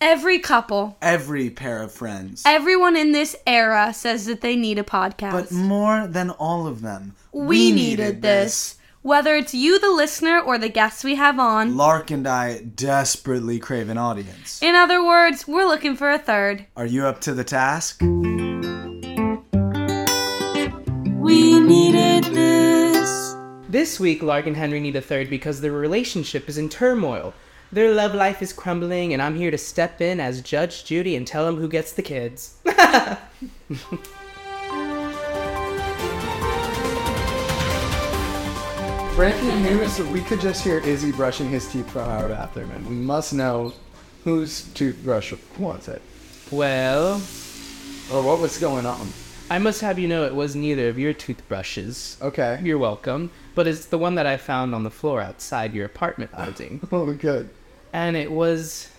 Every couple, every pair of friends. everyone in this era says that they need a podcast. but more than all of them, we, needed, this. Whether it's you, the listener, or the guests we have on. Lark and I desperately crave an audience. In other words, we're looking for a third. Are you up to the task? We needed this. This week, Lark and Henry need a third because their relationship is in turmoil. Their love life is crumbling, and I'm here to step in as Judge Judy and tell them who gets the kids. Frankie and Hamish, we could just hear Izzy brushing his teeth for Howard Atherman. We must know whose toothbrush was it, well, or what was going on. I must have you know it was neither of your toothbrushes. Okay. You're welcome, but it's the one that I found on the floor outside your apartment building. Oh, good. and it was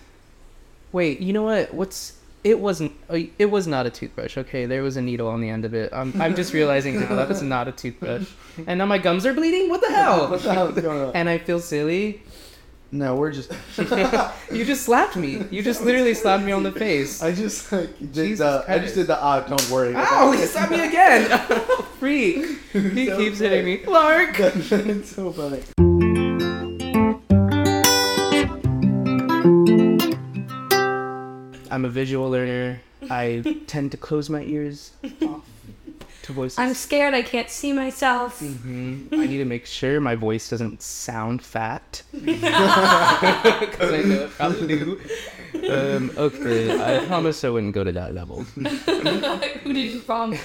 wait you know what what's it wasn't uh, it was not a toothbrush okay there was a needle on the end of it i'm, I'm just realizing now that was not a toothbrush and now my gums are bleeding what the What hell the hell is going on? and i feel silly No, we're just. you just slapped me you just literally slapped me on the face I just like did Jesus the. I Christ. just did the. Ah, don't worry. ow he slapped me again freak he So keeps hitting me lark it's so funny. i'm a visual learner i tend to close my ears off to voices I'm scared I can't see myself. Mhm. I need to make sure my voice doesn't sound fat. 'Cause I know it probably do. Um, okay, I promise I wouldn't go to that level. Who did you promise?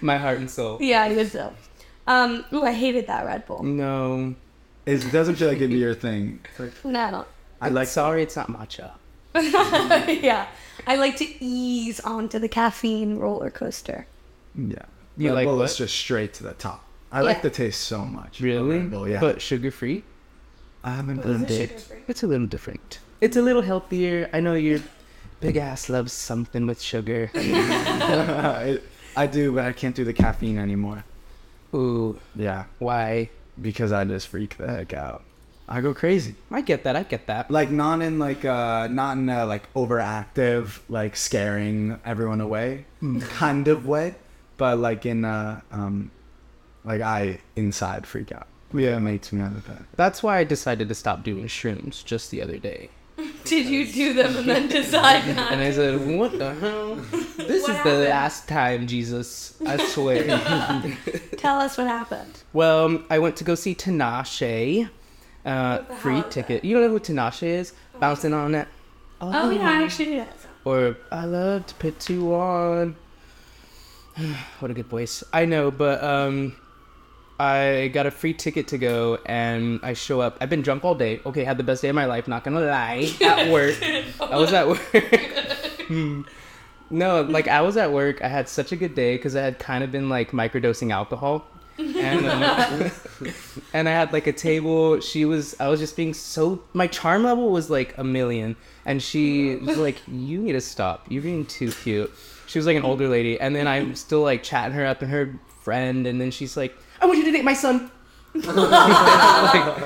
My heart and soul. yeah, good stuff. Um, ooh, I hated that Red Bull. No. It doesn't feel like it'd be your thing. No, I don't. I like. Sorry, it's not matcha. yeah. I like to ease onto the caffeine roller coaster. Yeah. You Red like Bull what? is just straight to the top. I Yeah. like the taste so much. of Really? Red Bull, yeah. But sugar free? I haven't A been. bit. It's a little different. It's a little healthier. I know your big ass loves something with sugar. I, I do, but I can't do the caffeine anymore. Ooh, Yeah. why? because I just freak the heck out. I go crazy. I get that. I get that. Like not in like uh not in a like overactive like scaring everyone away kind of way, but like in uh um like I inside freak out. Yeah, it makes me out of that. That's why I decided to stop doing shrooms just the other day. Did you do them and then decide not? And I said, "What the hell? This What is happened? the last time, Jesus. I swear." Tell us what happened. well, um, I went to go see Tinashe. Uh, the free hell is ticket. You know who Tinashe is? Bouncing on that. Oh, yeah, I actually did. Or I love to put you on. what a good voice. I know, but um, I got a free ticket to go, and I show up. I've been drunk all day. Okay, had the best day of my life. Not gonna lie. At work, I was at work. Hmm. No, like I was at work. I had such a good day because I had kind of been like microdosing alcohol. And, um, and I had like a table. She was, I was just being so, my charm level was like a million. And she was like, You need to stop. You're being too cute. She was like an older lady. And then I'm still like chatting her up and her friend. And then she's like, I want you to date my son. like,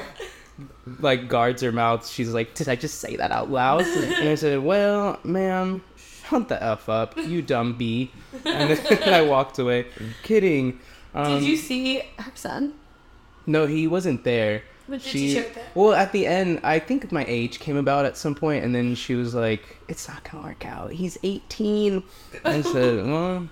like guards her mouth. She's like, Did I just say that out loud? And I said, Well, ma'am, shut the F up, you dumb bee. And then I walked away. Kidding. Um, Did you see her son? no, he wasn't there. But did you check that? Well, at the end, I think my age came about at some point, and then she was like, "It's not gonna work out. He's 18." I said, "Well,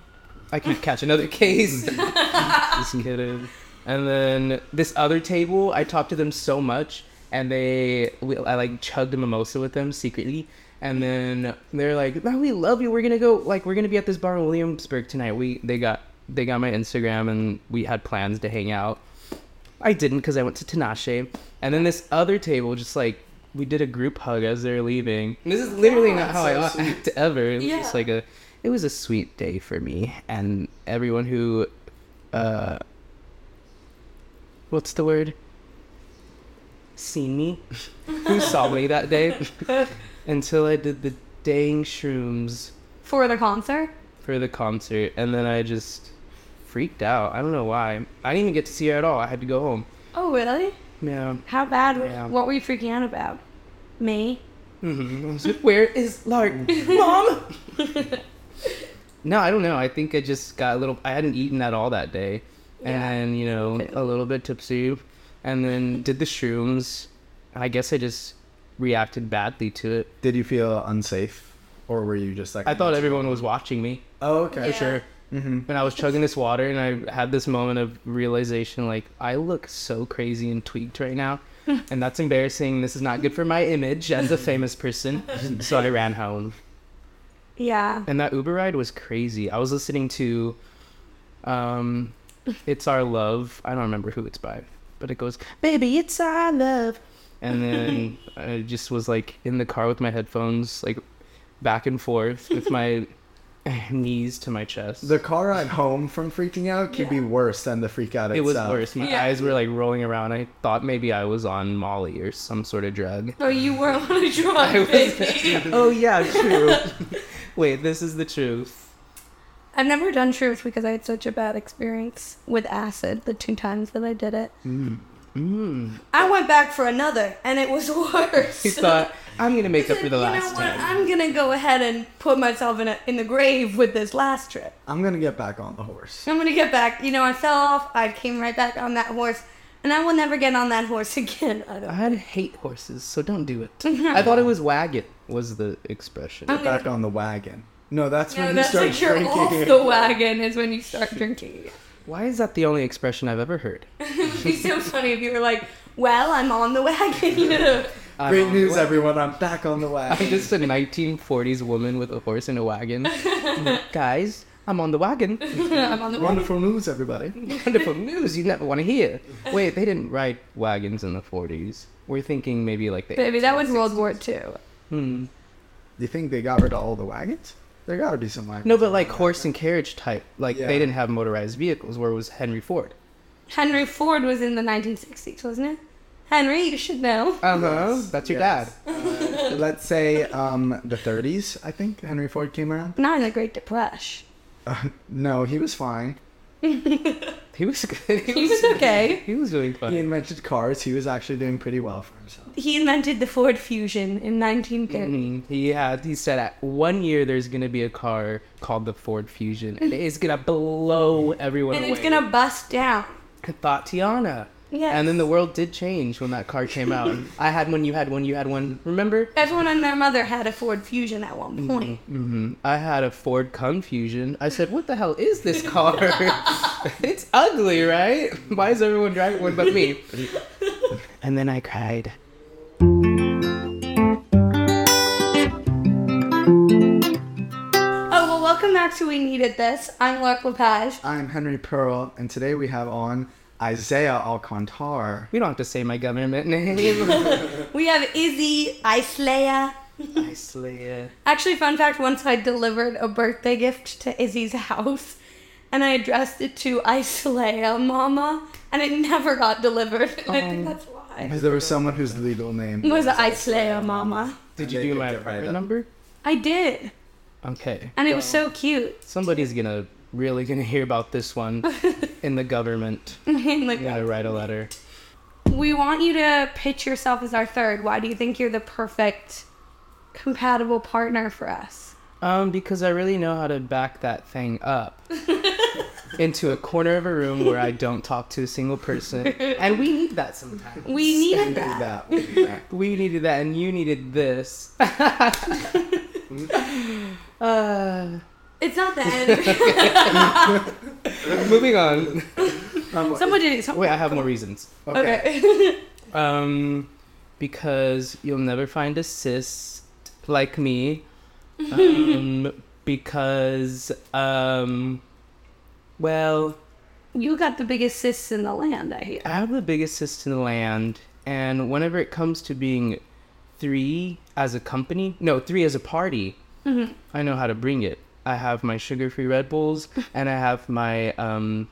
I could catch another case." Just kidding. And then this other table, I talked to them so much, and they, we, I like chugged a mimosa with them secretly, and then they're like, "Man, we love you. We're gonna go. Like, we're gonna be at this bar in Williamsburg tonight. We, they got, they got my Instagram, and we had plans to hang out." I didn't because I went to Tinashe. And then this other table, just like we did a group hug as they're leaving. This is literally not how I act ever. It was just Yeah. like a, it was a sweet day for me and everyone who, uh, what's the word? Seen me, who saw me that day, until I did the dang shrooms For the concert? for the concert, and then I just freaked out. I don't know why. I didn't even get to see her at all. I had to go home. Oh, really? Yeah. How bad? Yeah. What were you freaking out about? Me? Mm-hmm. Where is Lark? Mom! no, I don't know. I think I just got a little. I hadn't eaten at all that day. And, you know, a little bit tipsy. And then did the shrooms. I guess I just reacted badly to it. Did you feel unsafe, or were you just like? I thought everyone was watching me. Oh, okay. Yeah. Sure. Mm-hmm. And I was chugging this water, and I had this moment of realization like, I look so crazy and tweaked right now. And that's embarrassing. This is not good for my image as a famous person. So I ran home. Yeah. And that Uber ride was crazy. I was listening to um It's Our Love. I don't remember who it's by, but it goes, Baby, it's our love. And then I just was like in the car with my headphones, like back and forth with my knees to my chest. The car ride home from freaking out could be Yeah. worse than the freak out it itself. was worse. My Yeah. eyes were like rolling around. I thought maybe I was on Molly or some sort of drug. So you were on a drug, baby. oh, yeah, true. Wait, this is the truth. I've never done shrooms because I had such a bad experience with acid the two times that I did it. Mm. I went back for another, and it was worse. He thought, I'm going to make up said, for the last you know what? time. I'm gonna go ahead and put myself in a, in the grave with this last trip. I'm gonna get back on the horse. I'm gonna get back. You know, I fell off. I came right back on that horse, and I will never get on that horse again. I don't. I hate horses, so don't do it. I thought it was wagon was the expression. I'm gonna- Back on the wagon. No, that's no, when that's you start like you're off drinking. the wagon is when you start drinking. Why is that the only expression I've ever heard? It'd be so funny if you were like, "Well, I'm on the wagon." You know, I'm Great on news, the wa- everyone! I'm back on the I'm wagon. just a 1940s woman with a horse and a wagon. Guys, I'm on the wagon. I'm on the wagon. Wonderful news, everybody. Wonderful news you never want to hear. Wait, they didn't ride wagons in the 40s. We're thinking maybe like the. Baby, that was World War II. Hmm. You think they got rid of all the wagons? There gotta be some wagons. No, but like horse and carriage type. Like Yeah. they didn't have motorized vehicles. Where was Henry Ford? Henry Ford was in the 1960s, wasn't it? Henry, you should know. Uh huh. That's your Yes. dad. Let's say um, the 30s. I think Henry Ford came around. Not in the Great Depression. Uh, no, he was fine. He was good. He, He was okay. He was doing He fun. invented cars. He was actually doing pretty well for himself. He invented the Ford Fusion in 1930. Mhm. He had. He said at one year there's gonna be a car called the Ford Fusion, and it's gonna blow everyone And Mm-hmm. away. it's gonna bust down. thought Tiana. Yes. And then the world did change when that car came out. I had one. You had one. You had one. Remember? Everyone and their mother had a Ford Fusion at one point. Mm-hmm. hmm I had a Ford Confusion. I said, "What the hell is this car? it's ugly, right? Why is everyone driving one but me?" and then I cried. Oh, well, welcome back to We Needed This. I'm Lark Lepage. I'm Henry Pearl, and today we have on Isaiah Alcantar. We don't have to say my government name. We have Izzy, Islea. I slay it. Actually, fun fact once I delivered a birthday gift to Izzy's house and I addressed it to Islea Mama and it never got delivered. And Um, I think that's why. Because there was someone whose legal name It was Islea Mama. Did And you they do picked my it right apartment up. number? I did. Okay. And it was so cute. Somebody's gonna really gonna hear about this one in the government. And, like, I'm gonna write a letter. We want you to pitch yourself as our third. Why do you think you're the perfect compatible partner for us? Um, because I really know how to back that thing up into a corner of a room where I don't talk to a single person, and we need that sometimes. We needed Do that. that. we do that. We needed that, and you needed this. uh, It's not the end. moving on. Um, Someone did it. Some- Wait, I have more reasons. okay. okay. Um, because you'll never find a cyst like me. Um, because um, well. you got the biggest cysts in the land, I hear. I have the biggest cyst in the land, and whenever it comes to being three as a company, no, three as a party, I know how to bring it. I have my sugar-free Red Bulls, and I have my um,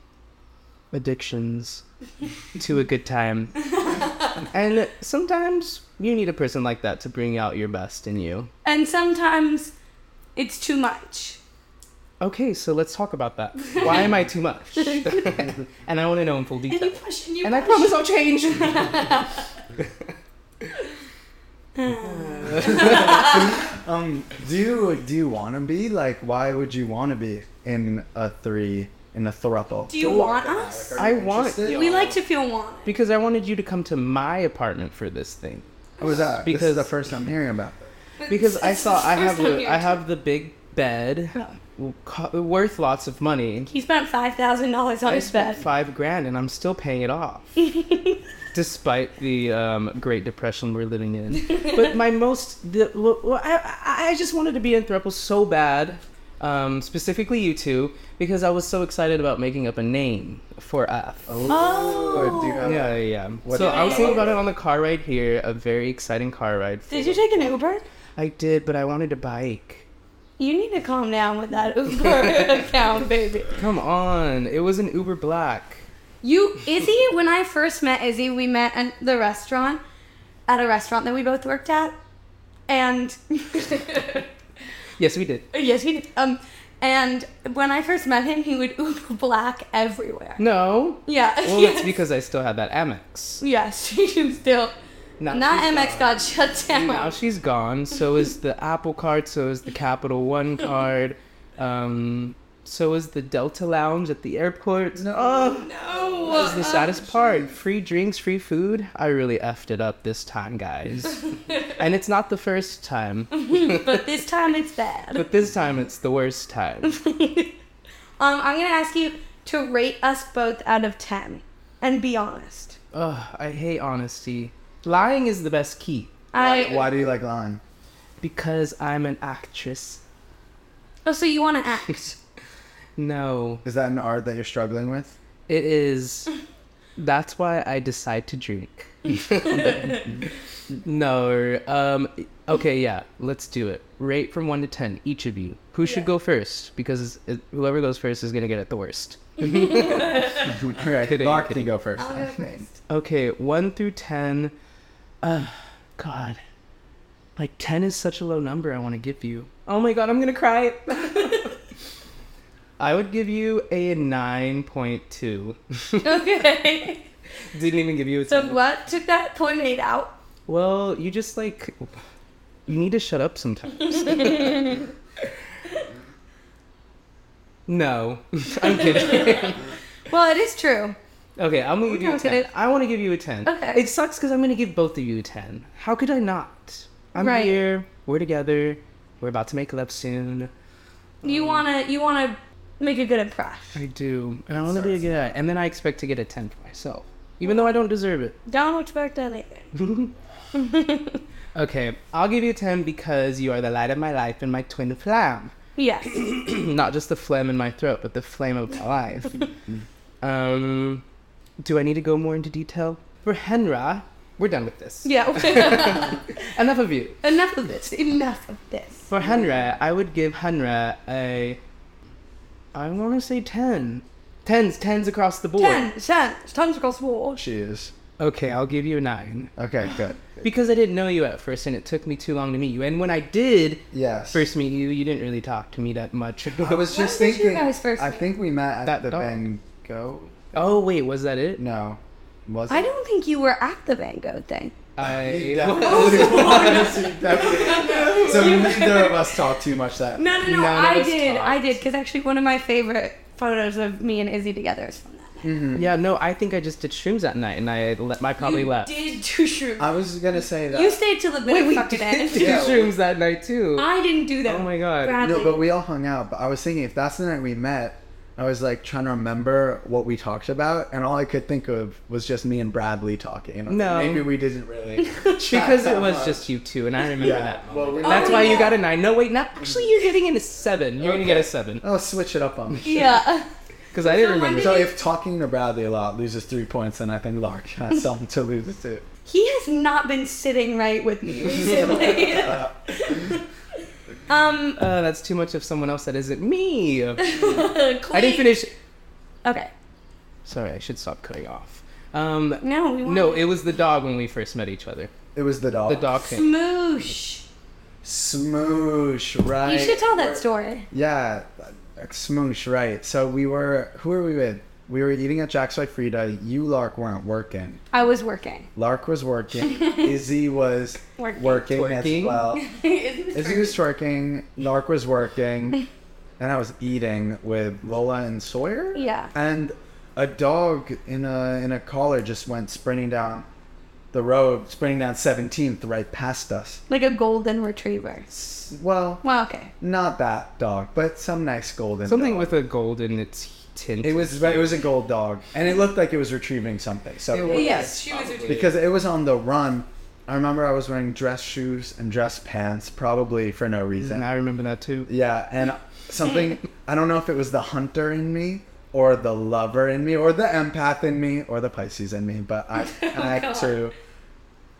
addictions to a good time. and sometimes you need a person like that to bring out your best in you. And sometimes it's too much. Okay, so let's talk about that. Why am I too much? and I want to know in full And detail. you push and you And I push. promise I'll change. Um, do you do you want to be like? Why would you want to be in a three in a throuple? Do you want us? I want We like to feel wanted. because I wanted you to come to my apartment for this thing. What was that? Because Uh, this Because- is the first time hearing about. It. Because I saw I First have time a, here, I too. have the big bed, w- co- worth lots of money. He spent five thousand dollars on I his bed. spent five grand and I'm still paying it off, despite the um, Great Depression we're living in. But my most, the, well, I, I just wanted to be in Thruple so bad, um, specifically you two, because I was so excited about making up a name for us. Or do you Oh. have- Yeah, yeah. so did I was you thinking do? about it on the car ride here, a very exciting car ride. Did you take an Uber? I did, but I wanted a bike. You need to calm down with that Uber account, baby. Come on, it was an Uber Black. You, Izzy, when I first met Izzy, we met at the restaurant, at a restaurant that we both worked at. And Yes, we did. yes, he did. Um, and when I first met him, he would Uber black everywhere. No. Yeah. Well, yes. that's because I still had that Amex. Yes, she can still. Not, Not MX got shut down. Now she's gone. So is the Apple card. So is the Capital One card. Um, so is the Delta Lounge at the airport. No. Oh, no. this is the saddest part. Free drinks, free food. I really effed it up this time, guys. and it's not the first time, but this time it's bad. Um, but this time it's the worst time. Um, I'm gonna ask you to rate us both out of ten, and be honest. Ugh, I hate honesty. Lying is the best key I. Why do you like lying? because I'm an actress. Oh, so you wanna act? No, Is that an art that you're struggling with? It is. That's why I decide to drink. no. Um. Okay. Yeah. Let's do it. Rate from one to ten, each of you. Who should go first? Because it- whoever goes first is gonna get it the worst. All right, Kidding, Mark kidding. can go first. I'll go first. Okay. One through ten. Uh, God. Like ten is such a low number. I want to give you. Oh my God. I'm gonna cry. I would give you a nine point two. Okay. Didn't even give you a So 10. what took that point eight out? Well, you just like you need to shut up sometimes. no, I'm kidding. Well, it is true. Okay, I'm gonna give you a Okay. ten. I want to give you a ten. Okay. It sucks because I'm gonna give both of you a ten. How could I not? I'm Right. here. We're together. We're about to make love soon. You wanna you wanna make a good impression. I do, and I want to be a good guy. And then I expect to get a ten for myself, even though I don't deserve it. Don't expect anything. Okay, I'll give you a ten because you are the light of my life and my twin flame. Yes. not just the phlegm in my throat, but the flame of my life. um, do I need to go more into detail? For Henra, we're done with this. Yeah. Enough of you. Enough of this. Enough of this. For Henra, I would give Henra a. I want to say 10. Tens, tens across the board. Ten cents. Tons across the board. She is. Okay, I'll give you a 9. Okay, good. Because I didn't know you at first and it took me too long to meet you. And when I did Yes. first meet you, you didn't really talk to me that much. I was When just did you thinking. guys first I meet? think we met at That the dog. Van Gogh. oh, wait, was that it? No, was I it? don't think you were at the Van Gogh thing. I. Definitely. so neither of us talked too much that. No, no, no. None of I us did. talked. I did. Because actually, one of my favorite photos of me and Izzy together is from that. night. Yeah, no, I think I just did shrooms that night, and I let my probably you left. did do shrooms. I was gonna say that. you stayed till the Wait, very we fucking did end. do shrooms that night too. I didn't do that. oh my god. Bradley. no, but we all hung out. But I was thinking if that's the night we met, I was like trying to remember what we talked about, and all I could think of was just me and Bradley talking. And I was No. like, maybe we didn't really. Because it was just you two, and I remember that. moment. Well, we That's Oh, why you yeah. got a nine. No, wait, not actually. You're getting in a seven. You're gonna get a seven I'll switch it up on me. yeah. because I didn't So when remember. So if talking to Bradley a lot loses three points, then I think Lark has something to lose too. He has not been sitting right with me recently. um, Uh, that's too much of someone else that isn't me. I Clay- didn't finish. Okay. Sorry, I should stop cutting off. Um, No, we want no, it was the dog when we first met each other. It was the dog. The dog thing. smoosh. Smoosh, right? You should tell that story. Yeah, like, smoosh, right? So we were. Who were we with? We were eating at Jack's by Frida. You, Lark, weren't working. I was working. Lark was working. Izzy was Working. working, Twerking. as well. Izzy was twerking. Lark was working. And I was eating with Lola and Sawyer. Yeah. And a dog in a in a collar just went sprinting down the road, sprinting down 17th right past us. like a golden retriever. S- Well, Well, okay. not that dog, but some nice golden Something dog. with a golden its tint. It was it was a gold dog, and it looked like it was retrieving something. So It was, Yes, she was probably. because it was on the run, I remember I was wearing dress shoes and dress pants, probably for no And reason. Mm-hmm. I remember that too. Oh, Yeah, and something I don't know if it was the hunter in me or the lover in me or the empath in me or the Pisces in me, but I I Oh, had to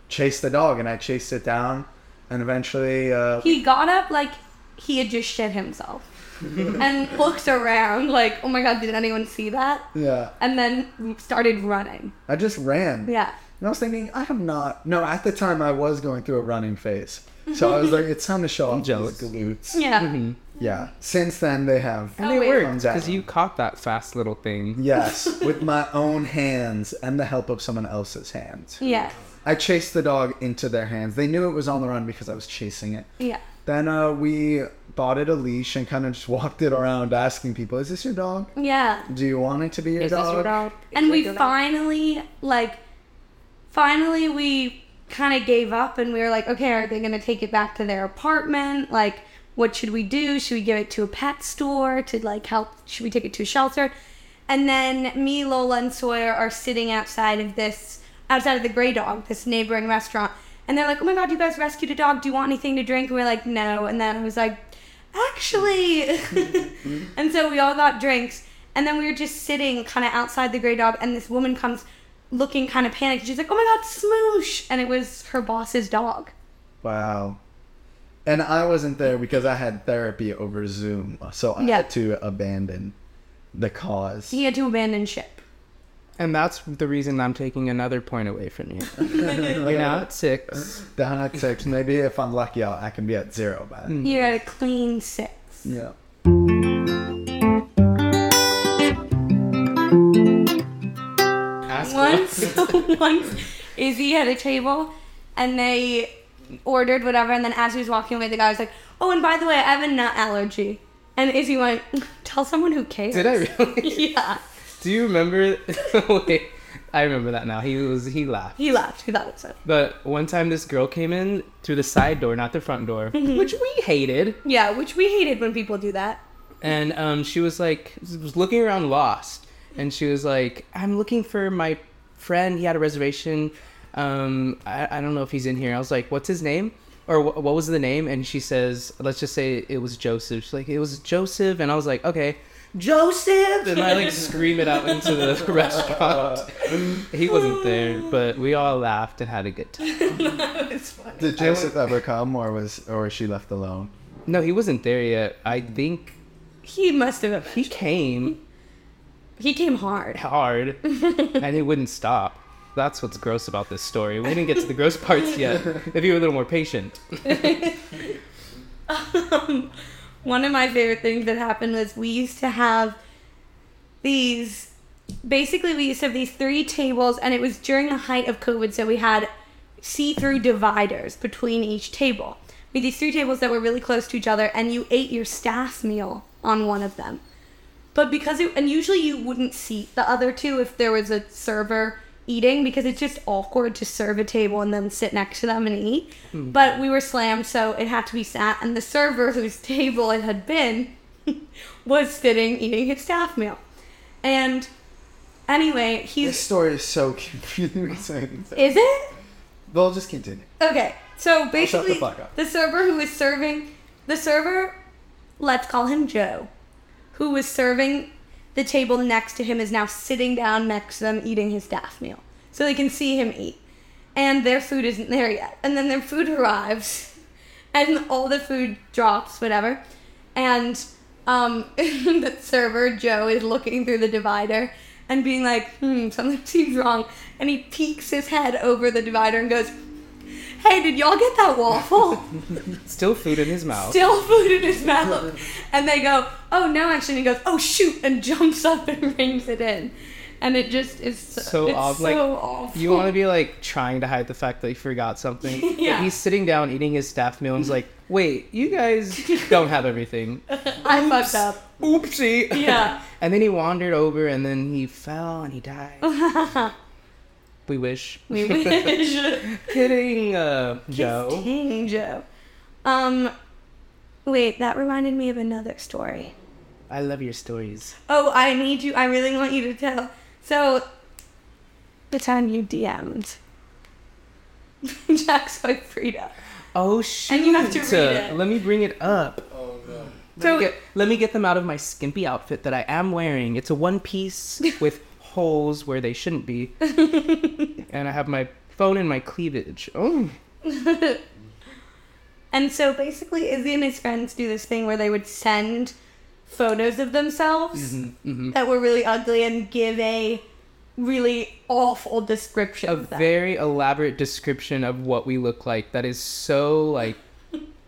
chase the dog, and I chased it down, and eventually uh, He got up like he had just shit himself and looked around like, oh my god, did anyone see that? yeah, And then started running. I just ran. Yeah. And I was thinking, I have not. No, at the time I was going through a running phase, so I was like, it's time to show off these jealous. glutes. Yeah. Mm-hmm. Yeah. Since then they have. Oh, And it wait. worked Down. because you caught that fast little thing. Yes, with my own hands and the help of someone else's hands. Yes. I chased the dog into their hands. They knew it was on the run because I was chasing it. Yeah. Then uh, we bought it a leash and kind of just walked it around asking people, is this your dog? Yeah. Do you want it to be your Is dog? this your dog? and we finally like finally we kind of gave up and we were like okay are they going to take it back to their apartment like what should we do should we give it to a pet store to like help should we take it to a shelter and then me lola and sawyer are sitting outside of this outside of the gray dog this neighboring restaurant and they're like oh my god you guys rescued a dog do you want anything to drink and we're like no and then i was like actually and so we all got drinks and then we were just sitting kind of outside the gray dog and this woman comes looking kind of panicked she's like oh my god smoosh and it was her boss's dog Wow. And I wasn't there because I had therapy over Zoom, so I Yeah. had to abandon the cause. he had to abandon ship And that's the reason I'm taking another point away from you. You're now at six. The hot six. Maybe if I'm lucky, I'll, I can be at zero by Mm. then. he had a clean six Yeah. Ask once once izzy had a table and they ordered whatever and then as he was walking away the guy was like oh and by the way i have a nut allergy and izzy went tell someone who cares Did I really? yeah Do you remember? Wait, I remember that now. He was he laughed. he laughed he thought it was so But one time this girl came in through the side door, not the front door, which we hated. yeah which we hated when people do that And um, she was like, was looking around lost. And she was like, I'm looking for my friend. He had a reservation. Um, I, I don't know if he's in here. I was like, what's his name? Or wh- what was the name? And she says, let's just say it was Joseph. She's like, it was Joseph. And I was like, okay, Joseph. And I like scream it out into the restaurant. he wasn't there, but we all laughed and had a good time. Did Joseph ever come, or was, or was she left alone? No, he wasn't there yet. I think he must have he came He came hard. hard and he wouldn't stop. That's what's gross about this story. We didn't get to the gross parts yet. If you were a little more patient. Um, One of my favorite things that happened was we used to have these basically we used to have these three tables and it was during the height of COVID so we had see-through dividers between each table. We had these three tables that were really close to each other and you ate your staff meal on one of them. But because it, and usually you wouldn't seat the other two if there was a server eating because it's just awkward to serve a table and then sit next to them and eat. But we were slammed, so it had to be sat. And the server whose table it had been was sitting eating his staff meal. And anyway, This he's. story is so confusing. Is it? Well, just continue. Okay, so shut the basically, fuck up. the server who was serving, the server, let's call him Joe, who was serving the table next to him, is now sitting down next to them eating his staff meal. So they can see him eat. And their food isn't there yet. And then their food arrives, and all the food drops, whatever. And um, the server, Joe, is looking through the divider and being like, hmm, something seems wrong. And he peeks his head over the divider and goes, hey, did y'all get that waffle? Still food in his mouth. Still food in his mouth. And they go, oh, no, actually. And he goes, oh, shoot, and jumps up and rings it in. And it just is so, So it's off, so like, awful. You want to be like trying to hide the fact that he forgot something. But Yeah. he's sitting down eating his staff meal and is like, wait, you guys don't have everything. I fucked up. Oopsie. Yeah. And then he wandered over and then he fell and he died. we wish. we wish. Kidding, uh, Joe. King Joe. Um, wait, that reminded me of another story. I love your stories. Oh, I need you. I really want you to tell. So, the time you DM'd Jack's wife Frida. Oh shoot! And you have to read Uh, it. Let me bring it up. So, Get- let me get them out of my skimpy outfit that I am wearing. It's a one piece with holes where they shouldn't be, and I have my phone in my cleavage. Oh, and so basically, Izzy and his friends do this thing where they would send photos of themselves Mm-hmm, that were really ugly and give a really awful description a of them. very elaborate description of what we look like that is so like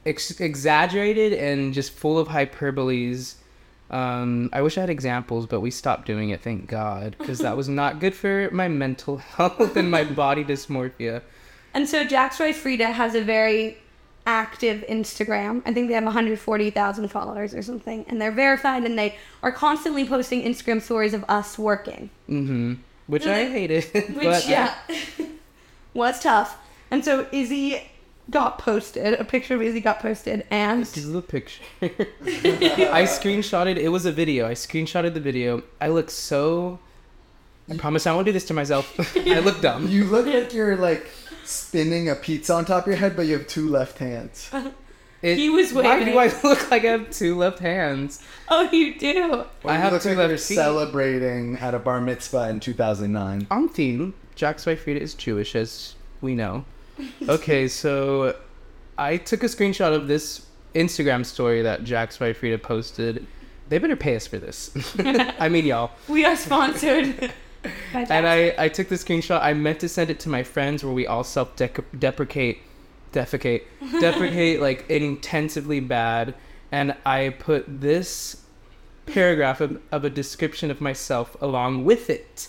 ex- exaggerated and just full of hyperboles. Um, I wish I had examples, but we stopped doing it, thank God, because that was not good for my mental health and my body dysmorphia. And so Jack's wife Frida has a very active Instagram. I think they have 140,000 followers or something, and they're verified, and they are constantly posting Instagram stories of us working, Mm-hmm. Which I hated. which but I- yeah, was tough. And so Izzy got posted. A picture of Izzy got posted, and This is the picture. I screenshotted. It was a video. I screenshotted the video. I look so. I promise I won't do this to myself. I look dumb. You look like you're like spinning a pizza on top of your head, but you have two left hands. It- He was Why waving. do I look like I have two left hands? oh, you do. Or I you have look two like left you're feet. celebrating at a bar mitzvah in 2009. On theme, Jack's wife Rita is Jewish, as we know. Okay, so I took a screenshot of this Instagram story that Jack's wife Rita posted. They better pay us for this. I mean, y'all. We are sponsored. by And Jack's- I, I took the screenshot. I meant to send it to my friends where we all self dec- deprecate, defecate, deprecate like intensively bad. And I put this paragraph of, of a description of myself along with it.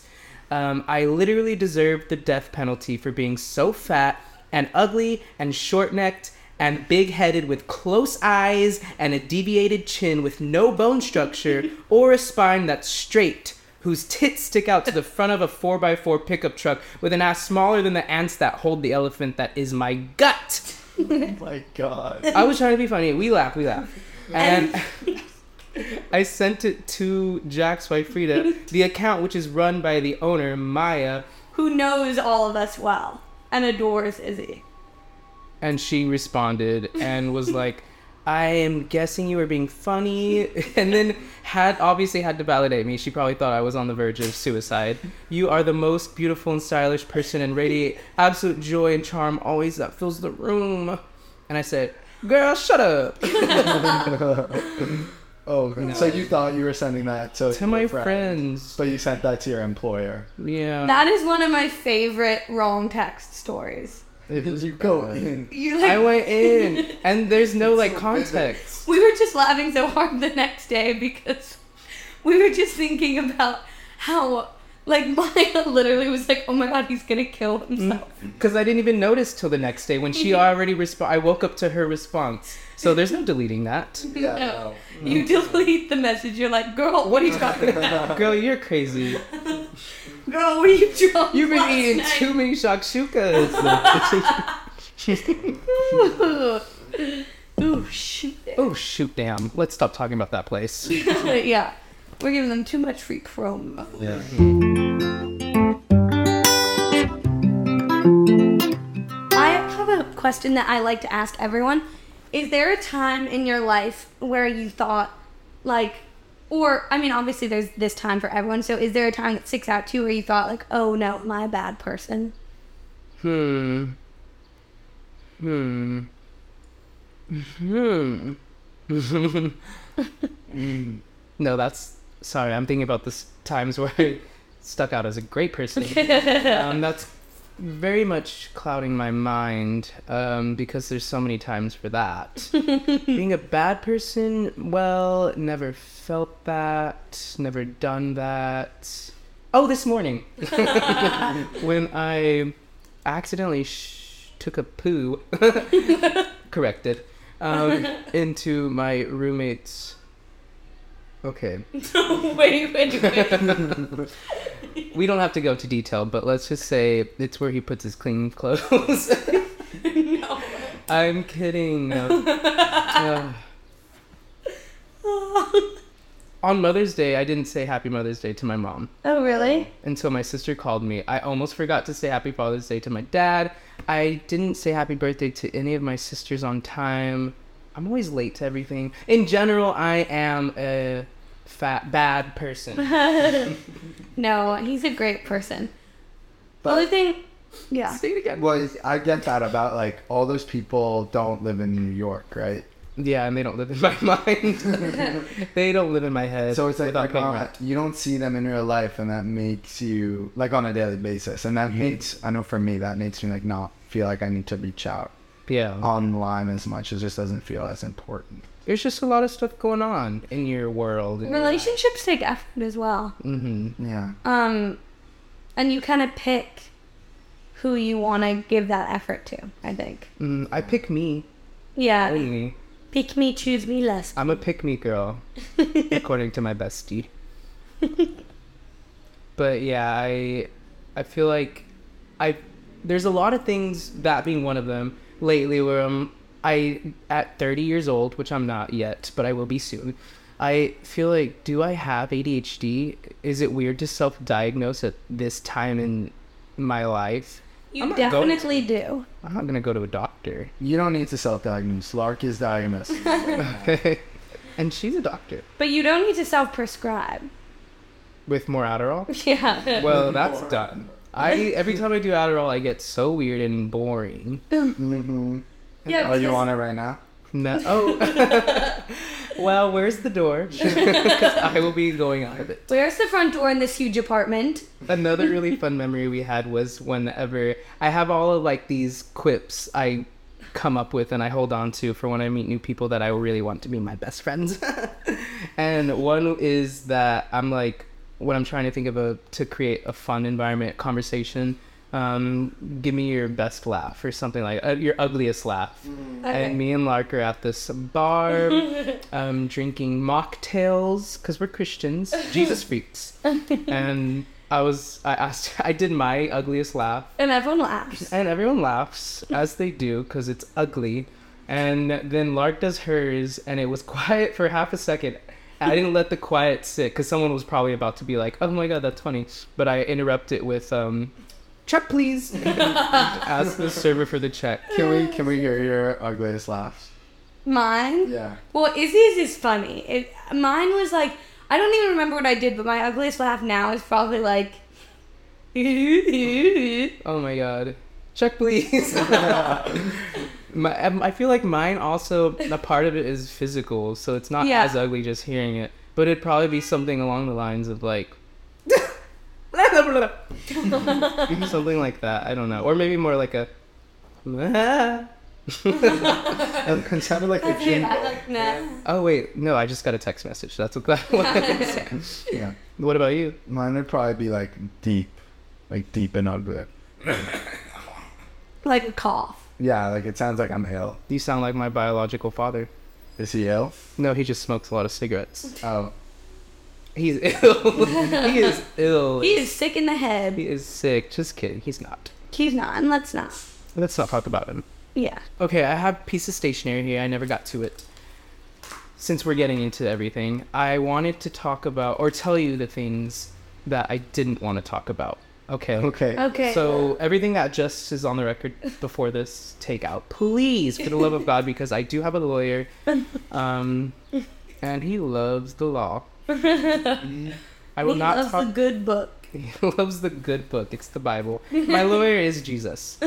Um, I literally deserved the death penalty for being so fat and ugly and short necked and big headed with close eyes and a deviated chin with no bone structure or a spine that's straight, whose tits stick out to the front of a 4x4 pickup truck with an ass smaller than the ants that hold the elephant that is my gut. Oh my god. I was trying to be funny. We laugh, we laugh. And I sent it to Jack's wife Frida, the account which is run by the owner, Maya, who knows all of us well and adores Izzy. and she responded and was like, I am guessing you were being funny and then had obviously had to validate me. She probably thought I was on the verge of suicide. You are the most beautiful and stylish person and radiate absolute joy and charm always that fills the room. And I said, Girl, shut up. Oh, so you thought you were sending that to, To your my friend, friends. But you sent that to your employer. Yeah. That is one of my favorite wrong text stories. If you go in. You like I went in, and there's no like context. We were just laughing so hard the next day because we were just thinking about how, like, Maya literally was like, oh my god, he's gonna kill himself. Because I didn't even notice till the next day when she already responded. I woke up to her response, so there's no deleting that. Yeah, Mm. No. You delete the message, you're like, girl, what are you talking about? Girl, you're crazy. girl, what are you drunk? You've been last eating night?" too many shakshukas. Ooh. Ooh, shoot. oh shoot, damn. Let's stop talking about that place. yeah. We're giving them too much free promo. Yeah. I have a question that I like to ask everyone. Is there a time in your life where you thought, like, or, I mean, obviously there's this time for everyone, so is there a time that sticks out to you where you thought, like, oh no, am I a bad person? Hmm. Hmm. Hmm. Hmm. no, that's sorry. I'm thinking about the s- times where I stuck out as a great person. um, that's very much clouding my mind um, because there's so many times for that. Being a bad person, well, never felt that, never done that. Oh, this morning when I accidentally sh- took a poo, corrected, um, into my roommate's. Okay. wait, wait, wait. We don't have to go to detail, but let's just say it's where he puts his clean clothes. no. I'm kidding. Uh, on Mother's Day, I didn't say Happy Mother's Day to my mom Oh, really? until my sister called me. I almost forgot to say Happy Father's Day to my dad. I didn't say Happy Birthday to any of my sisters on time. I'm always late to everything. In general, I am a fat, bad person. No, he's a great person. The Only thing, yeah. Say it again. Well, I get that about like all those people don't live in New York, right? Yeah, and they don't live in my mind. they don't live in my head. So it's like, without like, paying uh, rent. you don't see them in real life, and that makes you like on a daily basis, and that Mm-hmm. makes I know for me that makes me like not feel like I need to reach out Yeah. Uh, online as much. It just doesn't feel as important. There's just a lot of stuff going on in your world. Relationships take effort as well. Mm-hmm. Yeah, Um, and you kind of pick who you want to give that effort to. I think. Mm, I pick me Oh, Yeah. only. Pick me, choose me, less. I'm a pick me girl, according to my bestie. but yeah, I I feel like I there's a lot of things that being one of them lately where um I at 30 years old, which I'm not yet, but I will be soon. I feel like do I have ADHD? Is it weird to self-diagnose at this time in my life? I'm You not going definitely do. I'm not gonna go to a doctor. you don't need to self-diagnose. Lark is diagnosed. and she's a doctor But you don't need to self-prescribe. with more Adderall. Yeah. Well, that's done. I every time I do Adderall, I get so weird and boring. mm-hmm. yeah. Are you because- on it right now? No. Oh. well, where's the door? 'Cause I will be going out of it. Where's the front door in this huge apartment? Another really fun memory we had was whenever I have all of like these quips I come up with and I hold on to for when I meet new people that I really want to be my best friends. and one is that I'm like when I'm trying to think of a to create a fun environment conversation, um, give me your best laugh or something like uh, your ugliest laugh. Okay. And me and Lark are at this bar, um, drinking mocktails because we're Christians, Jesus freaks. and I was, I asked, I did my ugliest laugh, And everyone laughs. and everyone laughs as they do because it's ugly. And then Lark does hers, and it was quiet for half a second. I didn't let the quiet sit because someone was probably about to be like, "Oh my god, that's funny," but I interrupt it with, um, "Check, please." Ask the server for the check. Can we can we hear your ugliest laughs? Mine. Yeah. Well, Izzy's is funny. It, mine was like I don't even remember what I did, but my ugliest laugh now is probably like. Oh my god. Check please. my, um, I feel like mine also a part of it is physical, so it's not Yeah. as ugly just hearing it. But it'd probably be something along the lines of like something like that. I don't know, or maybe more like a. It sounded like a Dude, jingle. I like nah. oh wait, no, I just got a text message. That's what that was. Yeah. what about you? Mine would probably be like deep, like deep and ugly. like a cough. Yeah, like it sounds like I'm ill. You sound like my biological father. Is he ill? No, he just smokes a lot of cigarettes. Oh, He's ill. he is ill. He is sick in the He head. is sick. Just kidding. He's not. He's not, and let's not. Let's not talk about him. Yeah. Okay, I have a piece of stationery here. I never got to it. Since we're getting into everything, I wanted to talk about or tell you the things that I didn't want to talk about. Okay. okay. Okay. So everything that just is on the record before this, take out, please, for the love of God, because I do have a lawyer, um, and he loves the law. I will he not loves talk. the good book. He loves the good book. It's the Bible. My lawyer is Jesus.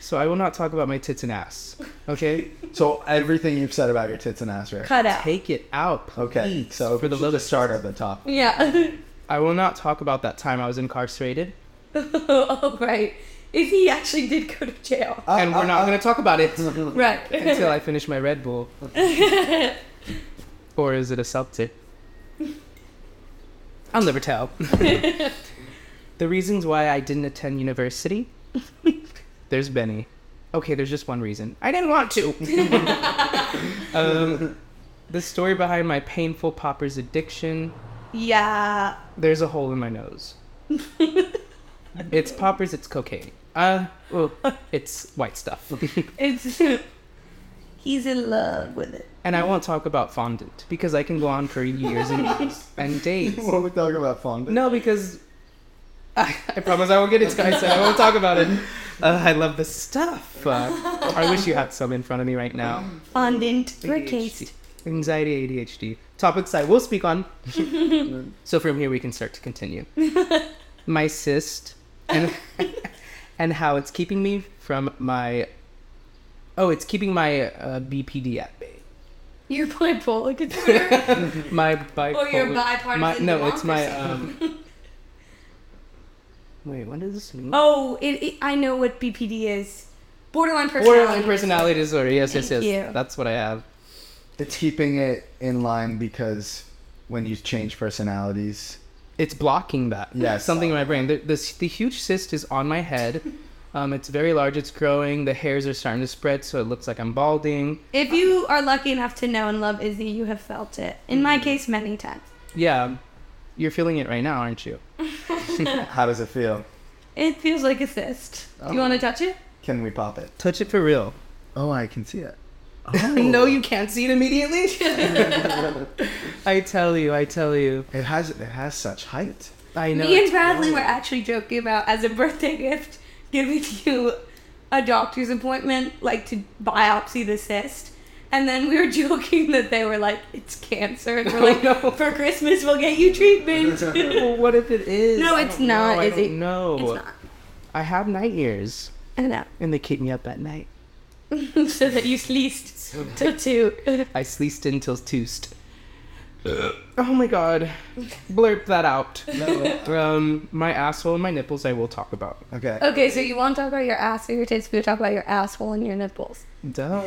So I will not talk about my tits and ass. Okay? So everything you've said about your tits and ass, right? Cut out. Take it out, please. Okay. So for the we should love of just start at the top. yeah. I will not talk about that time I was incarcerated. oh right. if he actually did go to jail. and we're not going to talk about it Right. until I finish my Red Bull. or is it a seltzer? I'll never tell. the reasons why I didn't attend university. There's Benny. Okay, there's just one reason. I didn't want to. um, the story behind my painful popper's addiction. yeah. There's a hole in my nose. it's poppers. It's cocaine. Uh, well, it's white stuff. It's he's in love with it. And I won't talk about fondant because I can go on for years and years and days. What are we talking about, fondant? No, because I, I promise I won't get it, guys. So I won't talk about it. Uh, I love this stuff. Uh, I wish you had some in front of me right now. Fondant ADHD. recased. Anxiety, ADHD. Topics I will speak on. so from here we can start to continue. My cyst and and how it's keeping me from my oh, it's keeping my uh, BPD at bay. Your bipolar disorder. my bipolar. Or Oh, your bipartisan my, No, it's my. democracy. Um, wait, what does this mean? oh, it, it, I know what BPD is. Borderline personality. Borderline personality disorder. Yes, yes, yes. Thank you. That's what I have. It's keeping it in line because when you change personalities, It's blocking that. Yes. something in my brain. The, this the huge cyst is on my head. Um, it's very large. It's growing. The hairs are starting to spread, so it looks like I'm balding. If you are lucky enough to know and love Izzy, you have felt it. In Mm-hmm. my case, many times. Yeah, you're feeling it right now, aren't you? how does it feel? It feels like a cyst. Do Oh. you want to touch it? Can we pop it? Touch it for real. Oh, I can see it. no, you can't see it immediately. I tell you, I tell you. It has it has such height. I know. Me and Bradley were actually joking about as a birthday gift giving you a doctor's appointment, like to biopsy the cyst. And then we were joking that they were like, it's cancer. And we're like, Oh, no. for Christmas, we'll get you treatment. well, what if it is? No, I it's don't not, know. I is don't it? know. it's not. I have night ears, I know. and they keep me up at night. so that you sleeced till two. I sleeced until toast. oh my god, blurp that out. um, my asshole and my nipples, I will talk about. Okay. Okay, so you want to talk about your ass or your tits, but you talk about your asshole and your nipples. Duh.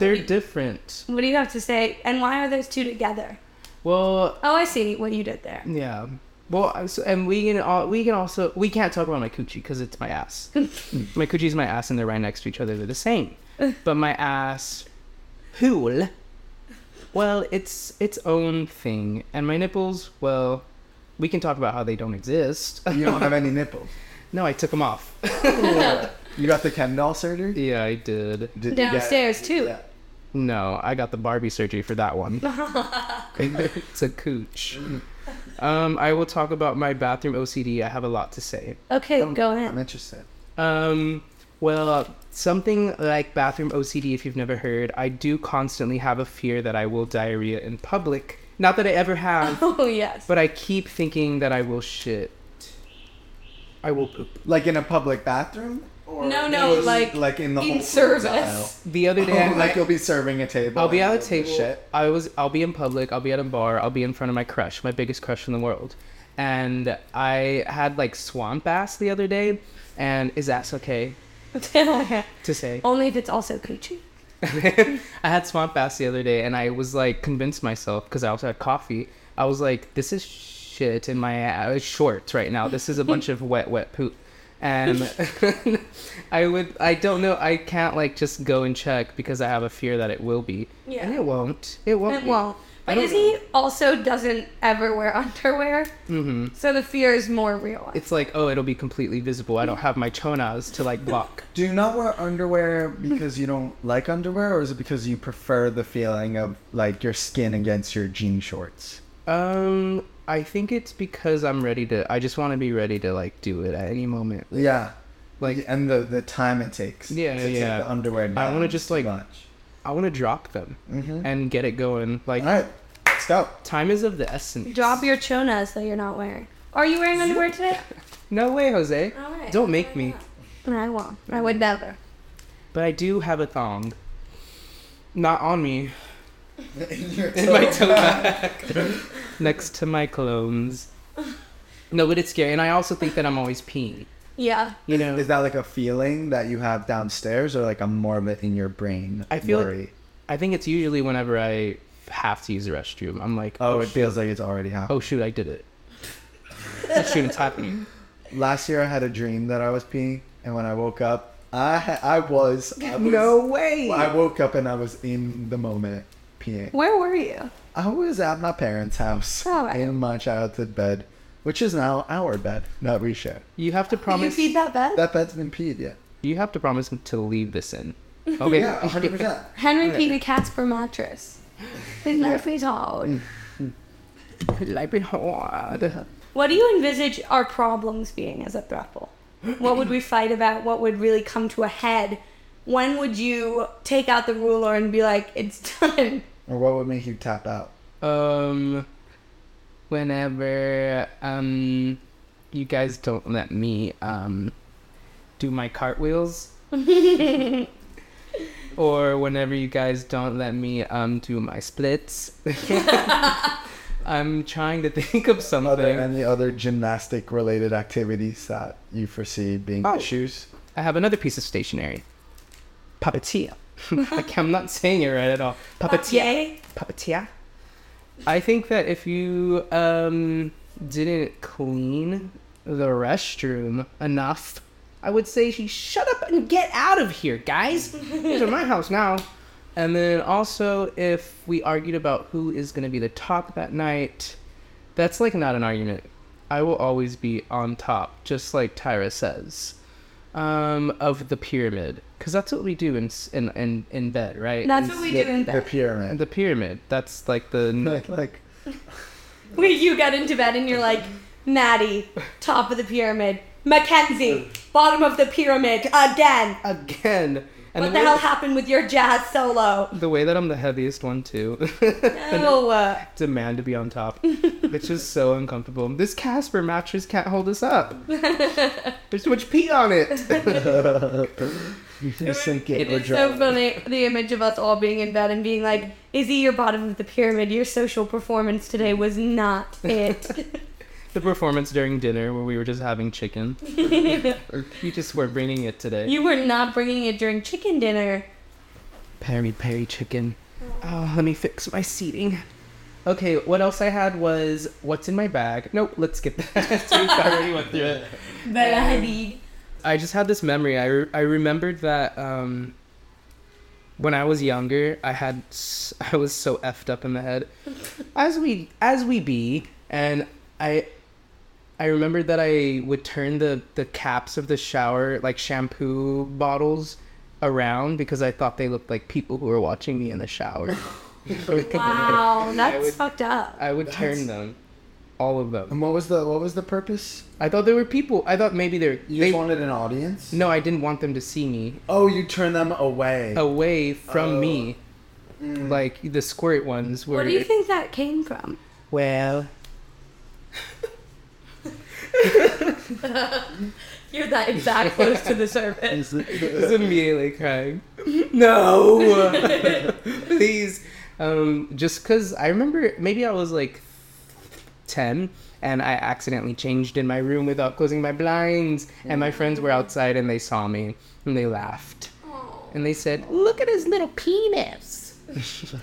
They're different. What do you have to say? And why are those two together? Well, Oh, I see what you did there. yeah. Well, I- so- and we can all we can also we can't talk about my coochie because it's my ass. Mm. my coochie is my ass, and they're right next to each other. They're the same. But my ass, hool. Well, it's its own thing, and my nipples. Well, we can talk about how they don't exist. You don't have any nipples. no, I took them off. You got the Ken doll surgery? Yeah, I did. Did you get- Downstairs, too. Yeah. No, I got the Barbie surgery for that one. it's a cooch. Um, I will talk about my bathroom OCD. I have a lot to say. Okay, go I'm ahead. interested. Um, well, something like bathroom OCD, if you've never heard, I do constantly have a fear that I will diarrhea in public. Not that I ever have, Oh, yes. but I keep thinking that I will shit. I will poop. Like in a public bathroom? Or No, no, just like, like in the in whole service. aisle? The other day, I- Oh, like you'll be serving a table. I'll be and at a you'll do table. I was. I'll be in public. I'll be at a bar. I'll be in front of my crush, my biggest crush in the world. And I had like swamp ass the other day. And is that okay to say? Only if it's also coochie. I had swamp ass the other day, and I was like convinced myself because I also had coffee. I was like, this is shit in my uh, shorts right now. This is a bunch of wet, wet poop. And I would, I don't know, I can't like just go and check because I have a fear that it will be. Yeah. And it won't. It won't. It be. won't. But Oh, don't Izzy also doesn't ever wear underwear, mm-hmm. so the fear is more real. it's like oh it'll be completely visible i don't have my chonas to like block Do you not wear underwear because you don't like underwear, or is it because you prefer the feeling of like your skin against your jean shorts? um i think it's because i'm ready to i just want to be ready to like do it at any moment Yeah, like and the the time it takes. Yeah, to take yeah. the underwear. Down I wanna just, too like- Much. i want to drop them Mhm. and get it going like All right, let's go. time is of the essence Drop your chonas that you're not wearing. Are you wearing underwear today? no way jose All right, don't make me I won't. I would never. but i do have a thong not on me In your in my toe bag next to my colognes no but it's scary and i also think that i'm always peeing Yeah. You know, Is that like a feeling that you have downstairs, or like a more of it in your brain? I feel- worry? I think it's usually whenever I have to use the restroom. I'm like, oh, it feels like it's already happened. oh shoot, I did it. oh shoot, it's happening. Last year, I had a dream that I was peeing, and when I woke up, I ha- I was, I was- way. I woke up and I was in the moment peeing. Where were you? I was at my parents' house Oh, right. in my childhood bed, which is now our bed that we share. You have to Did you promise. feed that bed? That bed's been peed yet. You have to promise to leave this in. Okay. Yeah, 100%. Henry peed a cat's per mattress. His knife is hard. Life is hard. What do you envisage our problems being as a throuple? What would we fight about? What would really come to a head? When would you take out the ruler and be like, it's done? Or what would make you tap out? Um, whenever um, you guys don't let me um, do my cartwheels, or whenever you guys don't let me um do my splits. I'm trying to think of Are there something. any other gymnastic related activities that you foresee being Oh. issues? I have another piece of stationery. Puppeteer. like I'm not saying it right at all. Puppeteer. Yay. Puppeteer. I think that if you um, didn't clean the restroom enough, I would say she shut up and get out of here, guys. These are my house now. And then also, if we argued about who is going to be the top that night, that's like not an argument. I will always be on top, just like Tyra says, um, of the pyramid, because that's what we do in s- in in, in bed, right? That's what we do in The bed. pyramid. The pyramid. That's like the like, like, Where you get into bed and you're like, Maddie, top of the pyramid. Mackenzie, bottom of the pyramid again. again. And what the, the way, hell happened with your jazz solo? the way that I'm the heaviest one too. No. uh, Demand to be on top, which is so uncomfortable. This Casper mattress can't hold us up. There's too much pee on it. you sink it it or It's so drown. funny the image of us all being in bed and being like, Izzy, your bottom of the pyramid, your social performance today was not it. The performance during dinner where we were just having chicken. you just were bringing it today. you were not bringing it during chicken dinner. Perry Perry chicken. Oh, let me fix my seating. Okay, what else I had was what's in my bag. Nope, let's skip that. we already went through it. Bella Hadid. I just had this memory. I, re- I remembered that um, when I was younger, I had s- I was so effed up in the head, as we as we be, and I I remembered that I would turn the the caps of the shower like shampoo bottles around because I thought they looked like people who were watching me in the shower. Wow, that's would- fucked up. I would turn them, all of them. And what was the what was the purpose? I thought they were people. I thought maybe they're You they. just wanted an audience. no, I didn't want them to see me. Oh, you turned them away. away from Oh. me. Like the squirt ones were. Where do you think that came from? Well, You're that exact close to the surface. was immediately crying. No, please. Um, just because I remember, maybe I was like ten, and I accidentally changed in my room without closing my blinds, and my friends Mm. were outside and they saw me and they laughed and they said, "Look at his little penis."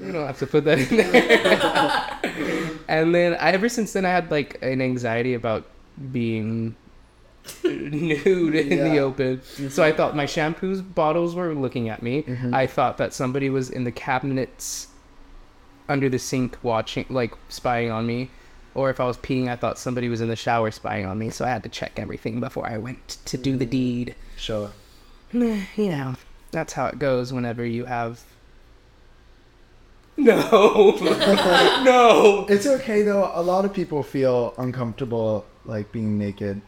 You don't have to put that in there. and then I, ever since then, I had like an anxiety about being nude in the Yeah. open. So I thought my shampoos bottles were looking at me. I thought that somebody was in the cabinets under the sink watching, like spying on me. Or if I was peeing, I thought somebody was in the shower spying on me. So I had to check everything before I went to do the deed. Sure. Eh, you know, that's how it goes whenever you have. No! no! It's okay though. A lot of people feel uncomfortable like being naked,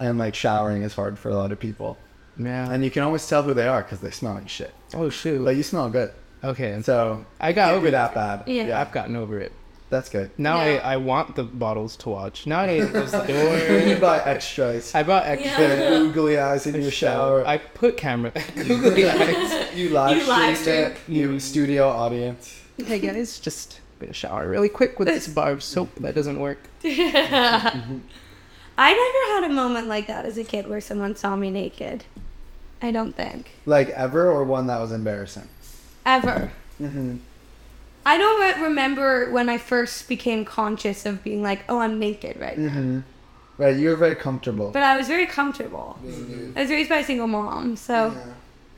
and like showering is hard for a lot of people. Yeah. And you can always tell who they are because they smell like shit. Oh, shoot. Like you smell good, okay. and so so I got can't over be that. that bad. Yeah. I've gotten over it. that's good. Now Yeah. I, I want the bottles to watch. Now I need to close the door. You buy extras. I bought extra. Yeah. They're googly eyes in your shower. I put camera. Googly eyes. you live You live stream it. You studio audience. hey guys, just gonna shower really quick with this bar of soap that doesn't work. I never had a moment like that as a kid where someone saw me naked. I don't think. Like ever or one that was embarrassing? Ever. Mm-hmm. I don't re- remember when I first became conscious of being like, oh, I'm naked right now. Mm-hmm. Right, you were very comfortable. But I was very comfortable. I was raised by a single mom, so.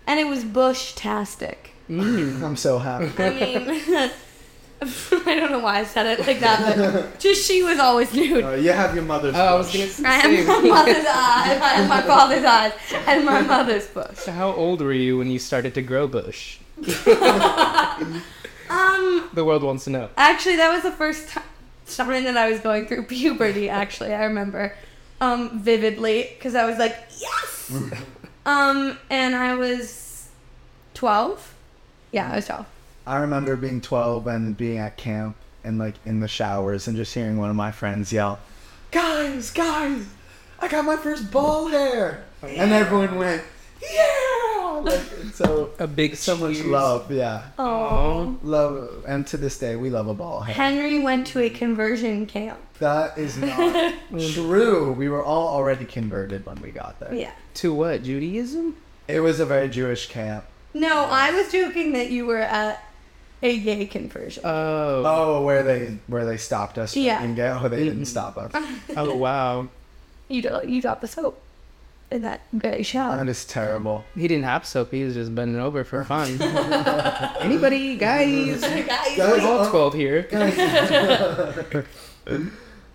And it was bush tastic. Mm. I'm so happy. I mean, I don't know why I said it like that, but just she was always nude. Uh, you have your mother's. Oh, I was voice. gonna say. I am my mother's eyes, I am my father's eyes, and my mother's bush. So how old were you when you started to grow bush? Um, The world wants to know. actually, that was the first ti- time that I was going through puberty. Actually, I remember, um, vividly because I was like, yes. um, and I was twelve. Yeah, I was twelve. I remember being 12 and being at camp and like in the showers and just hearing one of my friends yell, "Guys, guys, I got my first ball hair!" And everyone went, "Yeah!" Like, so A big so much love, yeah, Oh. love. And to this day, we love a ball hair. Henry went to a conversion camp. That is not true. We were all already converted when we got there. Yeah. To what? Judaism? It was a very Jewish camp. No, I was joking that you were at a gay conversion. Oh. Oh, where they where they stopped us? Yeah. Mm-hmm. Uh-huh. And go, oh, they didn't stop us. Oh wow. you don't, you got the soap in that gray shower. That is terrible. He didn't have soap. He was just bending over for fun. Anybody, guys? Guys, Guys, We're all uh, twelve here.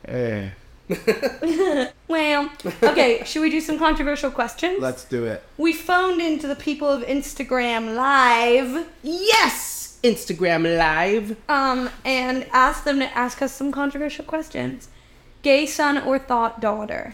eh. well, okay, should we do some controversial questions? Let's do it. we phoned into the people of Instagram Live, Yes. Instagram live. um, and asked them to ask us some controversial questions. Gay son or thought daughter?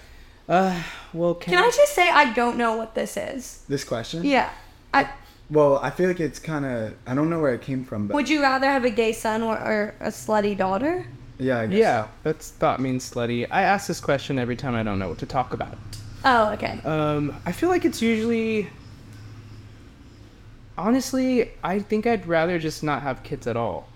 Uh. Well, can, Can I just say I don't know what this is? This question? Yeah. I, Well, I feel like it's kind of I don't know where it came from, but would you rather have a gay son or, or a slutty daughter? yeah, I guess. Yeah, that's thought means slutty. I ask this question every time I don't know what to talk about. Oh, okay. Um, I feel like it's usually. Honestly, I think I'd rather just not have kids at all.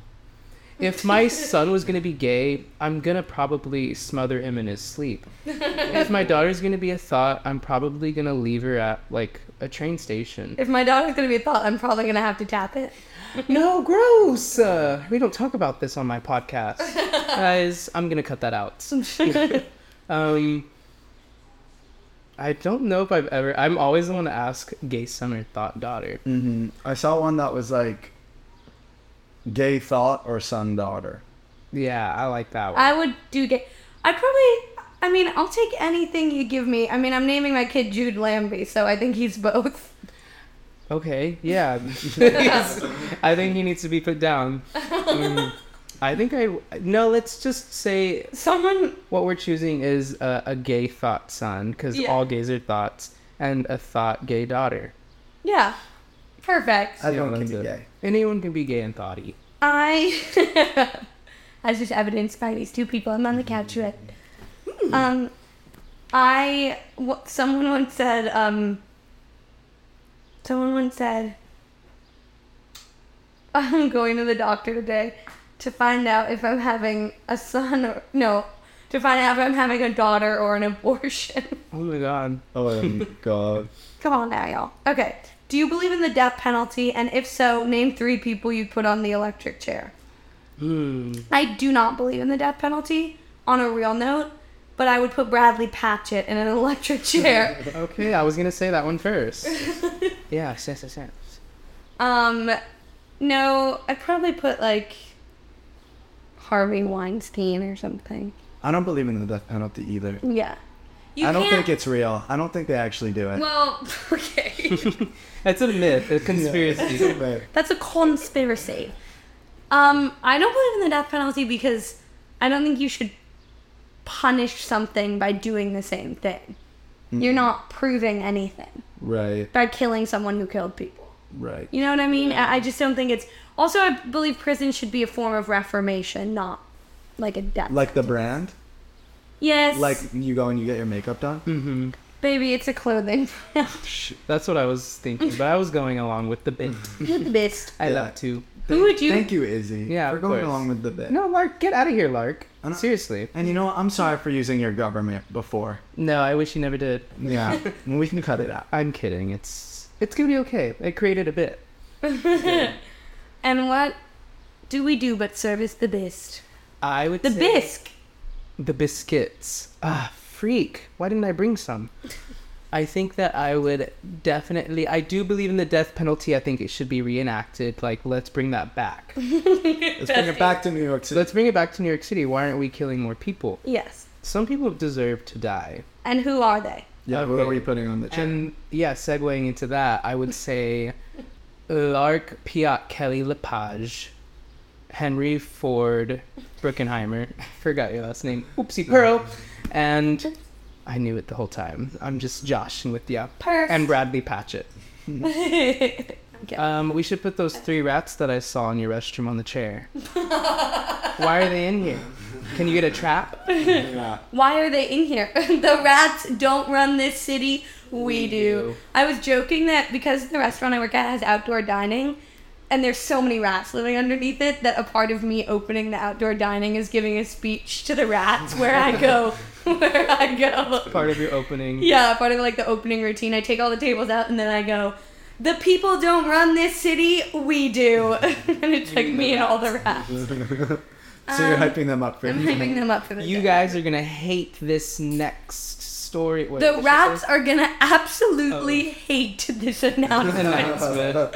If my son was gonna be gay, I'm gonna probably smother him in his sleep. if my daughter's gonna be a thought, I'm probably gonna leave her at like a train station. If my daughter's gonna be a thought, I'm probably gonna have to tap it. no, gross. Uh, we don't talk about this on my podcast, guys. I'm gonna cut that out. Um, I don't know if I've ever. I'm always the one to ask gay son or thought daughter. hmm I saw one that was like gay thought or son daughter. Yeah, I like that one. I would do gay. I probably. I mean, I'll take anything you give me. I mean, I'm naming my kid Jude Lambie, so I think he's both. okay, yeah. Yes. I think he needs to be put down. Mm, I think I. No, let's just say Someone. what we're choosing is a, a gay thought son, because Yeah. all gays are thoughts, and a thought gay daughter. Yeah. Perfect. I don't that's can be it. gay. Anyone can be gay and thoughty. I. as just evidenced by these two people, I'm on the couch with. Um, I. What, someone once said. Um. Someone once said. I'm going to the doctor today to find out if I'm having a son or no, to find out if I'm having a daughter or an abortion. Oh my god. Oh my god. Come on now, y'all. Okay. Do you believe in the death penalty? And if so, name three people you'd put on the electric chair. Hmm. I do not believe in the death penalty on a real note, but I would put Bradley Patchett in an electric chair. Okay, I was gonna say that one first. yeah, yes, yes, yes. um, no, I'd probably put like Harvey Weinstein or something. I don't believe in the death penalty either. Yeah. You I don't think it's real. I don't think they actually do it. Well, okay. It's a myth, a conspiracy. But That's a conspiracy. Um, I don't believe in the death penalty because I don't think you should punish something by doing the same thing. You're not proving anything right, by killing someone who killed people. right. You know what I mean? I I just don't think it's. Also, I believe prison should be a form of reformation, not like a death. Like the brand, yes, like you go and you get your makeup done. Mm. baby, it's a clothing brand. That's what I was thinking, but I was going along with the bit. You're the best. I Yeah. love to. Who would you? Thank you, Izzy. Yeah, for of going course. along with the bit. No, Lark, get out of here, Lark. I know. Seriously. And you know what? I'm sorry for using your government before. No, I wish you never did. Yeah, we can cut it out. I'm kidding. It's it's gonna be okay. I created a bit. and what do we do but service the bist? I would The say bisque. the biscuits. Ah, freak. Why didn't I bring some? I think that I would definitely I do believe in the death penalty. I think it should be reenacted. Like let's bring that back. Let's bring it back to New York City. let's bring it back to New York City. Why aren't we killing more people? Yes. Some people deserve to die. And who are they? yeah, what are we putting on the chat? And yeah, segueing into that, I would say Lark Piat Kelly Lepage, Henry Ford Bruckenheimer, forgot your last name, Oopsie Pearl, and I knew it the whole time. I'm just joshing with you. Perfect. And Bradley Patchett. Um, we should put those three rats that I saw in your restroom on the chair. Why are they in here? Can you get a trap? Yeah. Why are they in here? the rats don't run this city. We, do. do. I was joking that because the restaurant I work at has outdoor dining, and there's so many rats living underneath it that a part of me opening the outdoor dining is giving a speech to the rats where I go, where I go. Part of your opening. Yeah, part of like the opening routine. I take all the tables out and then I go, the people don't run this city. We do. and it's like me and all the rats. So you're hyping them up for Um, I'm me. hyping them up for the You day. guys are gonna hate this next story. Wait, The what's it rats say? are gonna absolutely hate this announcement. Announcement.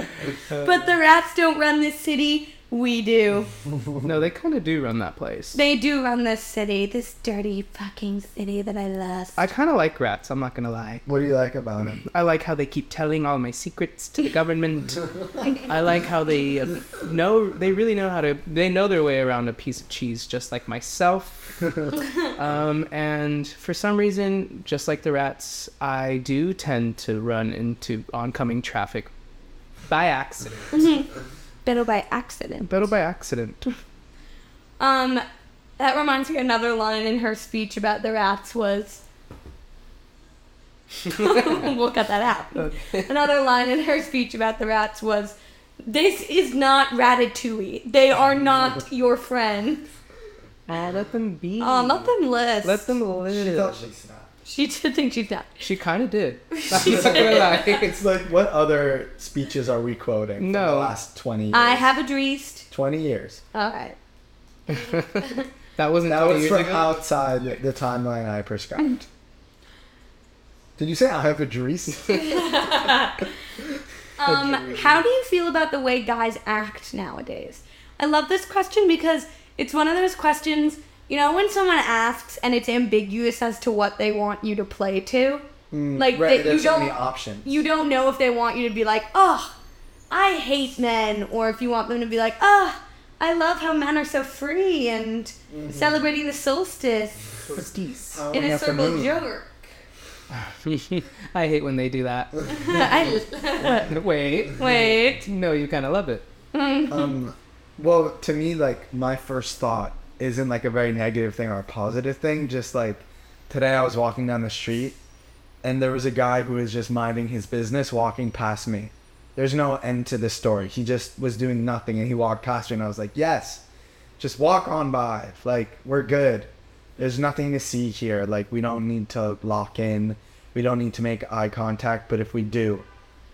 but the rats don't run this city. We do. no, they kind of do run that place. They do run this city. This dirty fucking city that I lust. I kind of like rats. I'm not gonna lie. What do you like about him? I like how they keep telling all my secrets to the government. I like how they uh, know they really know how to. They know their way around a piece of cheese, just like myself. um, and for some reason, just like the rats, I do tend to run into oncoming traffic by accident. Biddle by accident. But by accident. Um, that reminds me another line in her speech about the rats was. we'll cut that out. Another line in her speech about the rats was, "This is not Ratatouille. They are not your friend. Ah, let them be. Oh, let them live. Let them live. She did think she's not. She kind of did. I'm not gonna lie. It's like, what other speeches are we quoting? from No. the last 20 years? I have a dreist. 20 years. All right. That wasn't That 20 was years from ago. outside the timeline I prescribed. Did you say I have a dream? Um, how do you feel about the way guys act nowadays? I love this question because it's one of those questions, you know, when someone asks and it's ambiguous as to what they want you to play to. like Hmm, right, that you there's so don't many options. you don't know if they want you to be like, "Oh, I hate men," or if you want them to be like, "Oh, I love how men are so free and celebrating the Mm-hmm. solstice in a circle jerk." I hate when they do that. I, Wait. wait. No, you kind of love it. Um, well, to me, like my first thought isn't like a very negative thing or a positive thing. Just like today, I was walking down the street, and there was a guy who was just minding his business walking past me. There's no end to this story. He just was doing nothing, and he walked past me, and I was like, "Yes, just walk on by. Like we're good. There's nothing to see here. Like we don't need to lock in. We don't need to make eye contact. But if we do,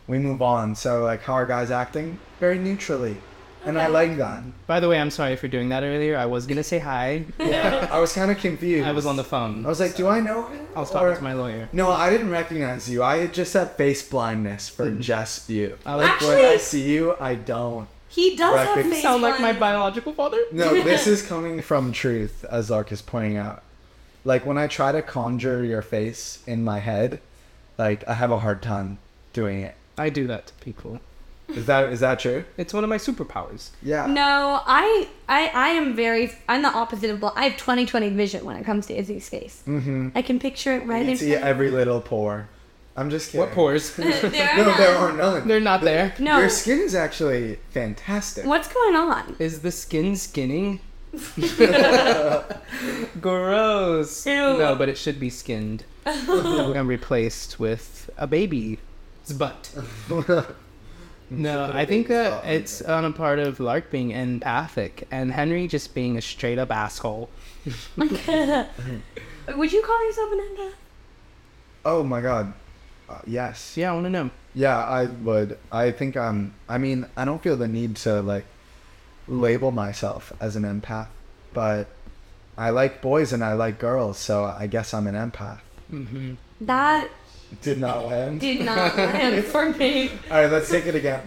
we move on. So like, how are guys acting? Very neutrally." And I like that. By the way, I'm sorry for doing that earlier. I was gonna say hi. Yeah, I was kind of confused. I was on the phone. I was like, do I know him? I'll talk Or- to my lawyer. No, I didn't recognize you. I just had face blindness for just you. I like Actually- when I see you, I don't. He does have Graphic. face sound like my blindness. biological father. No, this is coming from truth, as Lark is pointing out. Like when I try to conjure your face in my head, like I have a hard time doing it. I do that to people. Is that is that true? It's one of my superpowers. Yeah. No, I, I, I am very. I'm the opposite of. Bl- I have 20/20 vision when it comes to Izzy's face. Mm-hmm. I can picture it right You in can see front. every little pore. I'm just kidding. What pores? There No, I there am. are none. They're not there. No. Your skin is actually fantastic. What's going on? Is the skin skinning? Gross. Ew. No, but it should be skinned and replaced with a baby's butt. No, I think that it's on a part of Lark being empathic and Henry just being a straight up asshole. Would you call yourself an empath? Oh my god. Uh, yes. So yeah, I want to know. Yeah, I would. I think um I mean, I don't feel the need to like label myself as an empath, but I like boys and I like girls, so I guess I'm an empath. Mm-hmm. That Did not land. did not land for me. All right, let's take it again.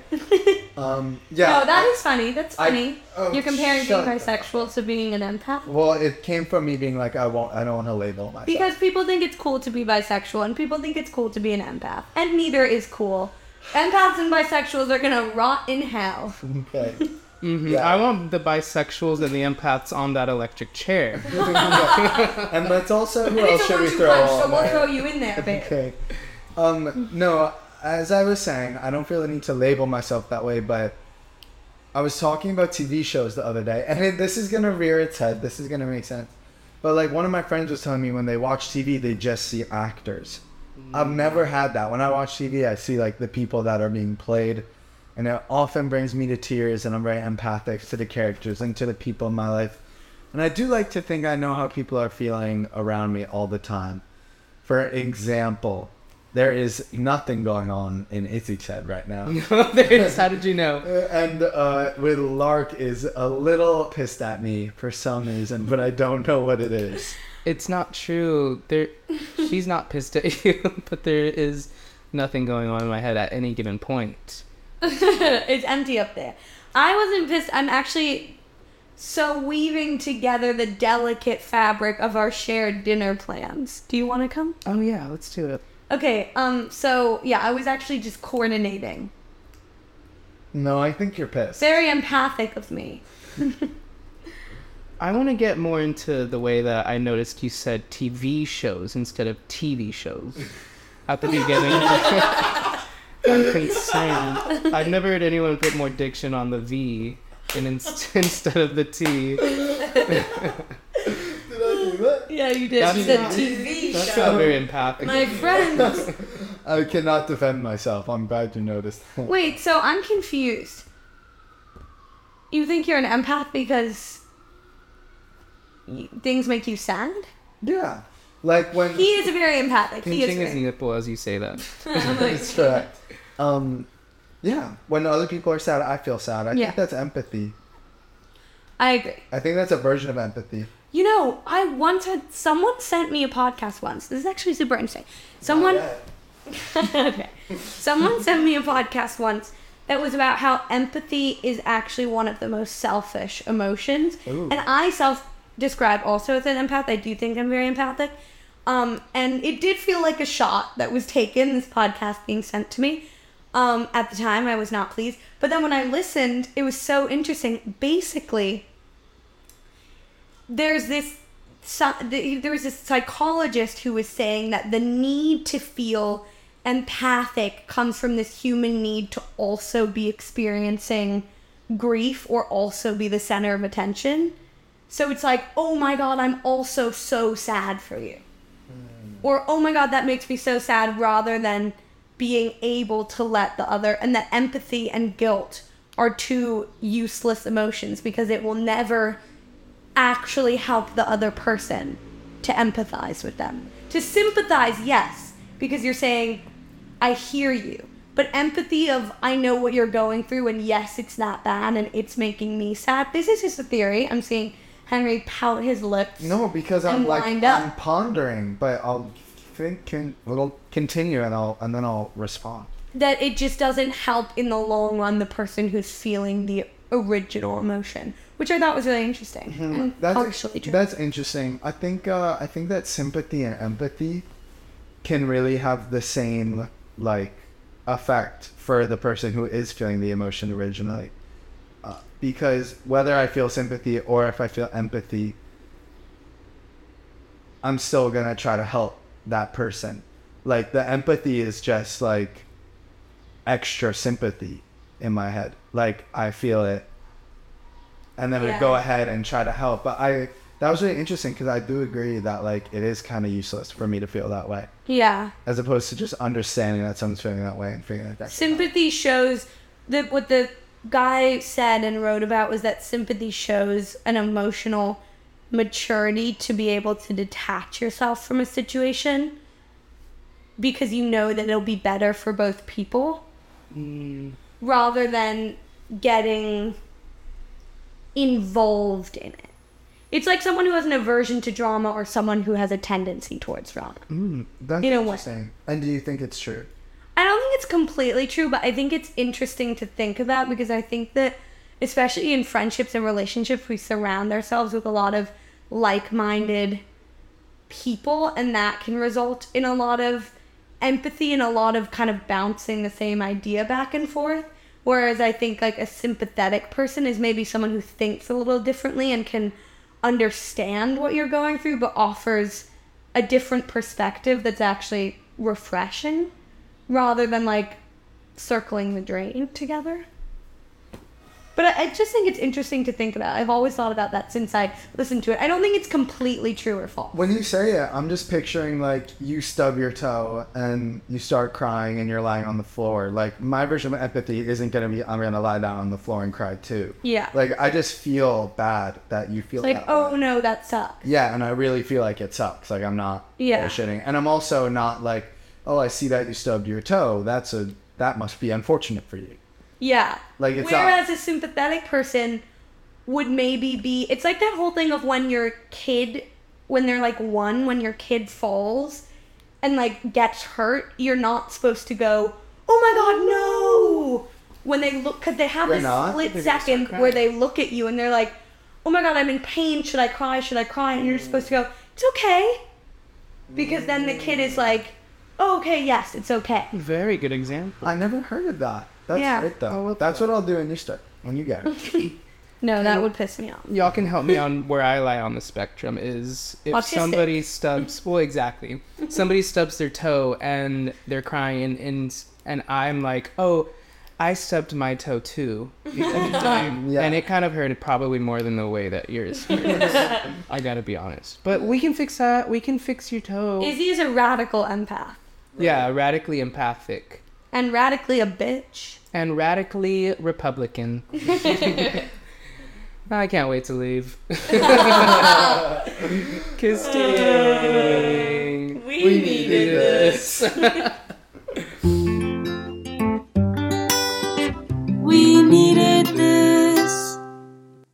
Um yeah. no, that is funny. That's I- funny. oh, You're comparing being shut bisexual to being an empath. Well, it came from me being like I won't I don't want to label myself. Because people think it's cool to be bisexual and people think it's cool to be an empath. And neither is cool. Empaths and bisexuals are gonna rot in hell. okay. hmm Yeah. I want the bisexuals and the empaths on that electric chair. and let's also who And else it's a should we one-two throw? punch, so on we'll there? throw you in there, babe. Okay. Um, no, as I was saying, I don't feel the need to label myself that way, but I was talking about TV shows the other day, and it, this is going to rear its head. This is going to make sense. But, like, one of my friends was telling me when they watch TV, they just see actors. I've never had that. When I watch TV, I see, like, the people that are being played, and it often brings me to tears, and I'm very empathic to the characters and to the people in my life. And I do like to think I know how people are feeling around me all the time. For example, there is nothing going on in Itzikset right now. there it is. How did you know? Uh, and uh, with Lark is a little pissed at me for some reason, but I don't know what it is. It's not true. There, she's not pissed at you, but there is nothing going on in my head at any given point. it's empty up there. I wasn't pissed. I'm actually so weaving together the delicate fabric of our shared dinner plans. Do you want to come? Oh yeah, let's do it. Okay. Um. So yeah, I was actually just coordinating. No, I think you're pissed. Very empathic of me. I want to get more into the way that I noticed you said TV shows instead of TV shows at the beginning. I'm concerned. I've never heard anyone put more diction on the V and inst- instead of the T. Did I do that? Yeah, you did. That's She said not- TV That's show. not very empathic. My friends. I cannot defend myself. I'm glad you noticed. Wait. So I'm confused. You think you're an empath because y- things make you sad? yeah. Like when. He is very empathic. He is. Pinching his Very... nipple as you say that. I'm like- That's correct. Um, yeah. When other people are sad, I feel sad. I Yeah. think that's empathy. I agree. I think that's a version of empathy. You know, I once had someone sent me a podcast once. This is actually super interesting. Oh, Someone okay. Someone sent me a podcast once that was about how empathy is actually one of the most selfish emotions. Ooh. And I self describe also as an empath. I do think I'm very empathic. Um, and it did feel like a shot that was taken, this podcast being sent to me. Um, at the time, I was not pleased. But then when I listened, it was so interesting. Basically, there's this so- th- there was this psychologist who was saying that the need to feel empathic comes from this human need to also be experiencing grief or also be the center of attention. So it's like, "Oh my god, I'm also so sad for you." Or, "Oh my god, that makes me so sad," rather than being able to let the other and that empathy and guilt are two useless emotions because it will never actually help the other person to empathize with them. To sympathize, yes, because you're saying, I hear you. But empathy of, I know what you're going through, and yes, it's not bad, and it's making me sad. This is just a theory. I'm seeing Henry pout his lips. No, because I'm And like lined up. I'm pondering, but I'll think can will continue and I'll and then I'll respond. That it just doesn't help in the long run the person who's feeling the original emotion, which I thought was really interesting. and Mm-hmm. That's partially true. that's interesting. I think uh, I think that sympathy and empathy can really have the same like effect for the person who is feeling the emotion originally. Uh, because whether I feel sympathy or if I feel empathy, I'm still gonna try to help that person. Like the empathy is just like extra sympathy in my head. Like I feel it, and then Yeah. I go ahead and try to help. But I that was really interesting because I do agree that like it is kind of useless for me to feel that way, yeah. as opposed to just understanding that someone's feeling that way and figuring it out. Sympathy shows the what the guy said and wrote about was that sympathy shows an emotional maturity to be able to detach yourself from a situation because you know that it'll be better for both people rather than getting involved in it. It's like someone who has an aversion to drama or someone who has a tendency towards drama. That's You know what? interesting. And do you think it's true? I don't think it's completely true, but I think it's interesting to think about because I think that, especially in friendships and relationships, we surround ourselves with a lot of like minded people, and that can result in a lot of empathy and a lot of kind of bouncing the same idea back and forth. Whereas I think like a sympathetic person is maybe someone who thinks a little differently and can understand what you're going through, but offers a different perspective that's actually refreshing rather than like circling the drain together. But I, I just think it's interesting to think about. I've always thought about that since I listened to it. I don't think it's completely true or false. When you say it, I'm just picturing like you stub your toe and you start crying and you're lying on the floor. Like my version of empathy isn't gonna be I'm gonna lie down on the floor and cry too. Yeah. Like I just feel bad that you feel It's like, that way. oh no, that sucks. Yeah, and I really feel like it sucks. Like I'm not Yeah. bullshitting, and I'm also not like, oh, I see that you stubbed your toe. That's a that must be unfortunate for you. Yeah. Like, it's not- Whereas a sympathetic person would maybe be it's like that whole thing of when your kid when they're like one, when your kid falls and like gets hurt, you're not supposed to go, Oh my god, no when they look because they have We're this not. split They're gonna second where they look at you and they're like, Oh my god, I'm in pain, should I cry? Should I cry? And you're supposed to go, It's okay Because then the kid is like, oh, okay, yes, it's okay. Mm-hmm. Very good example. I never heard of that. That's Yeah. great I'll though. look That's what I'll do when you start when you get it. No, that would piss me off. Y'all can help me on where I lie on the spectrum. Is if Autistic. somebody stubs, well, exactly, somebody stubs their toe and they're crying, and and I'm like, oh, I stubbed my toe too, Yeah. and it kind of hurt probably more than the way that yours. hurts. I gotta be honest, but we can fix that. We can fix your toe. Izzy is a radical empath yeah, radically empathic and radically a bitch. and radically Republican. I can't wait to leave. Kiss We, needed this.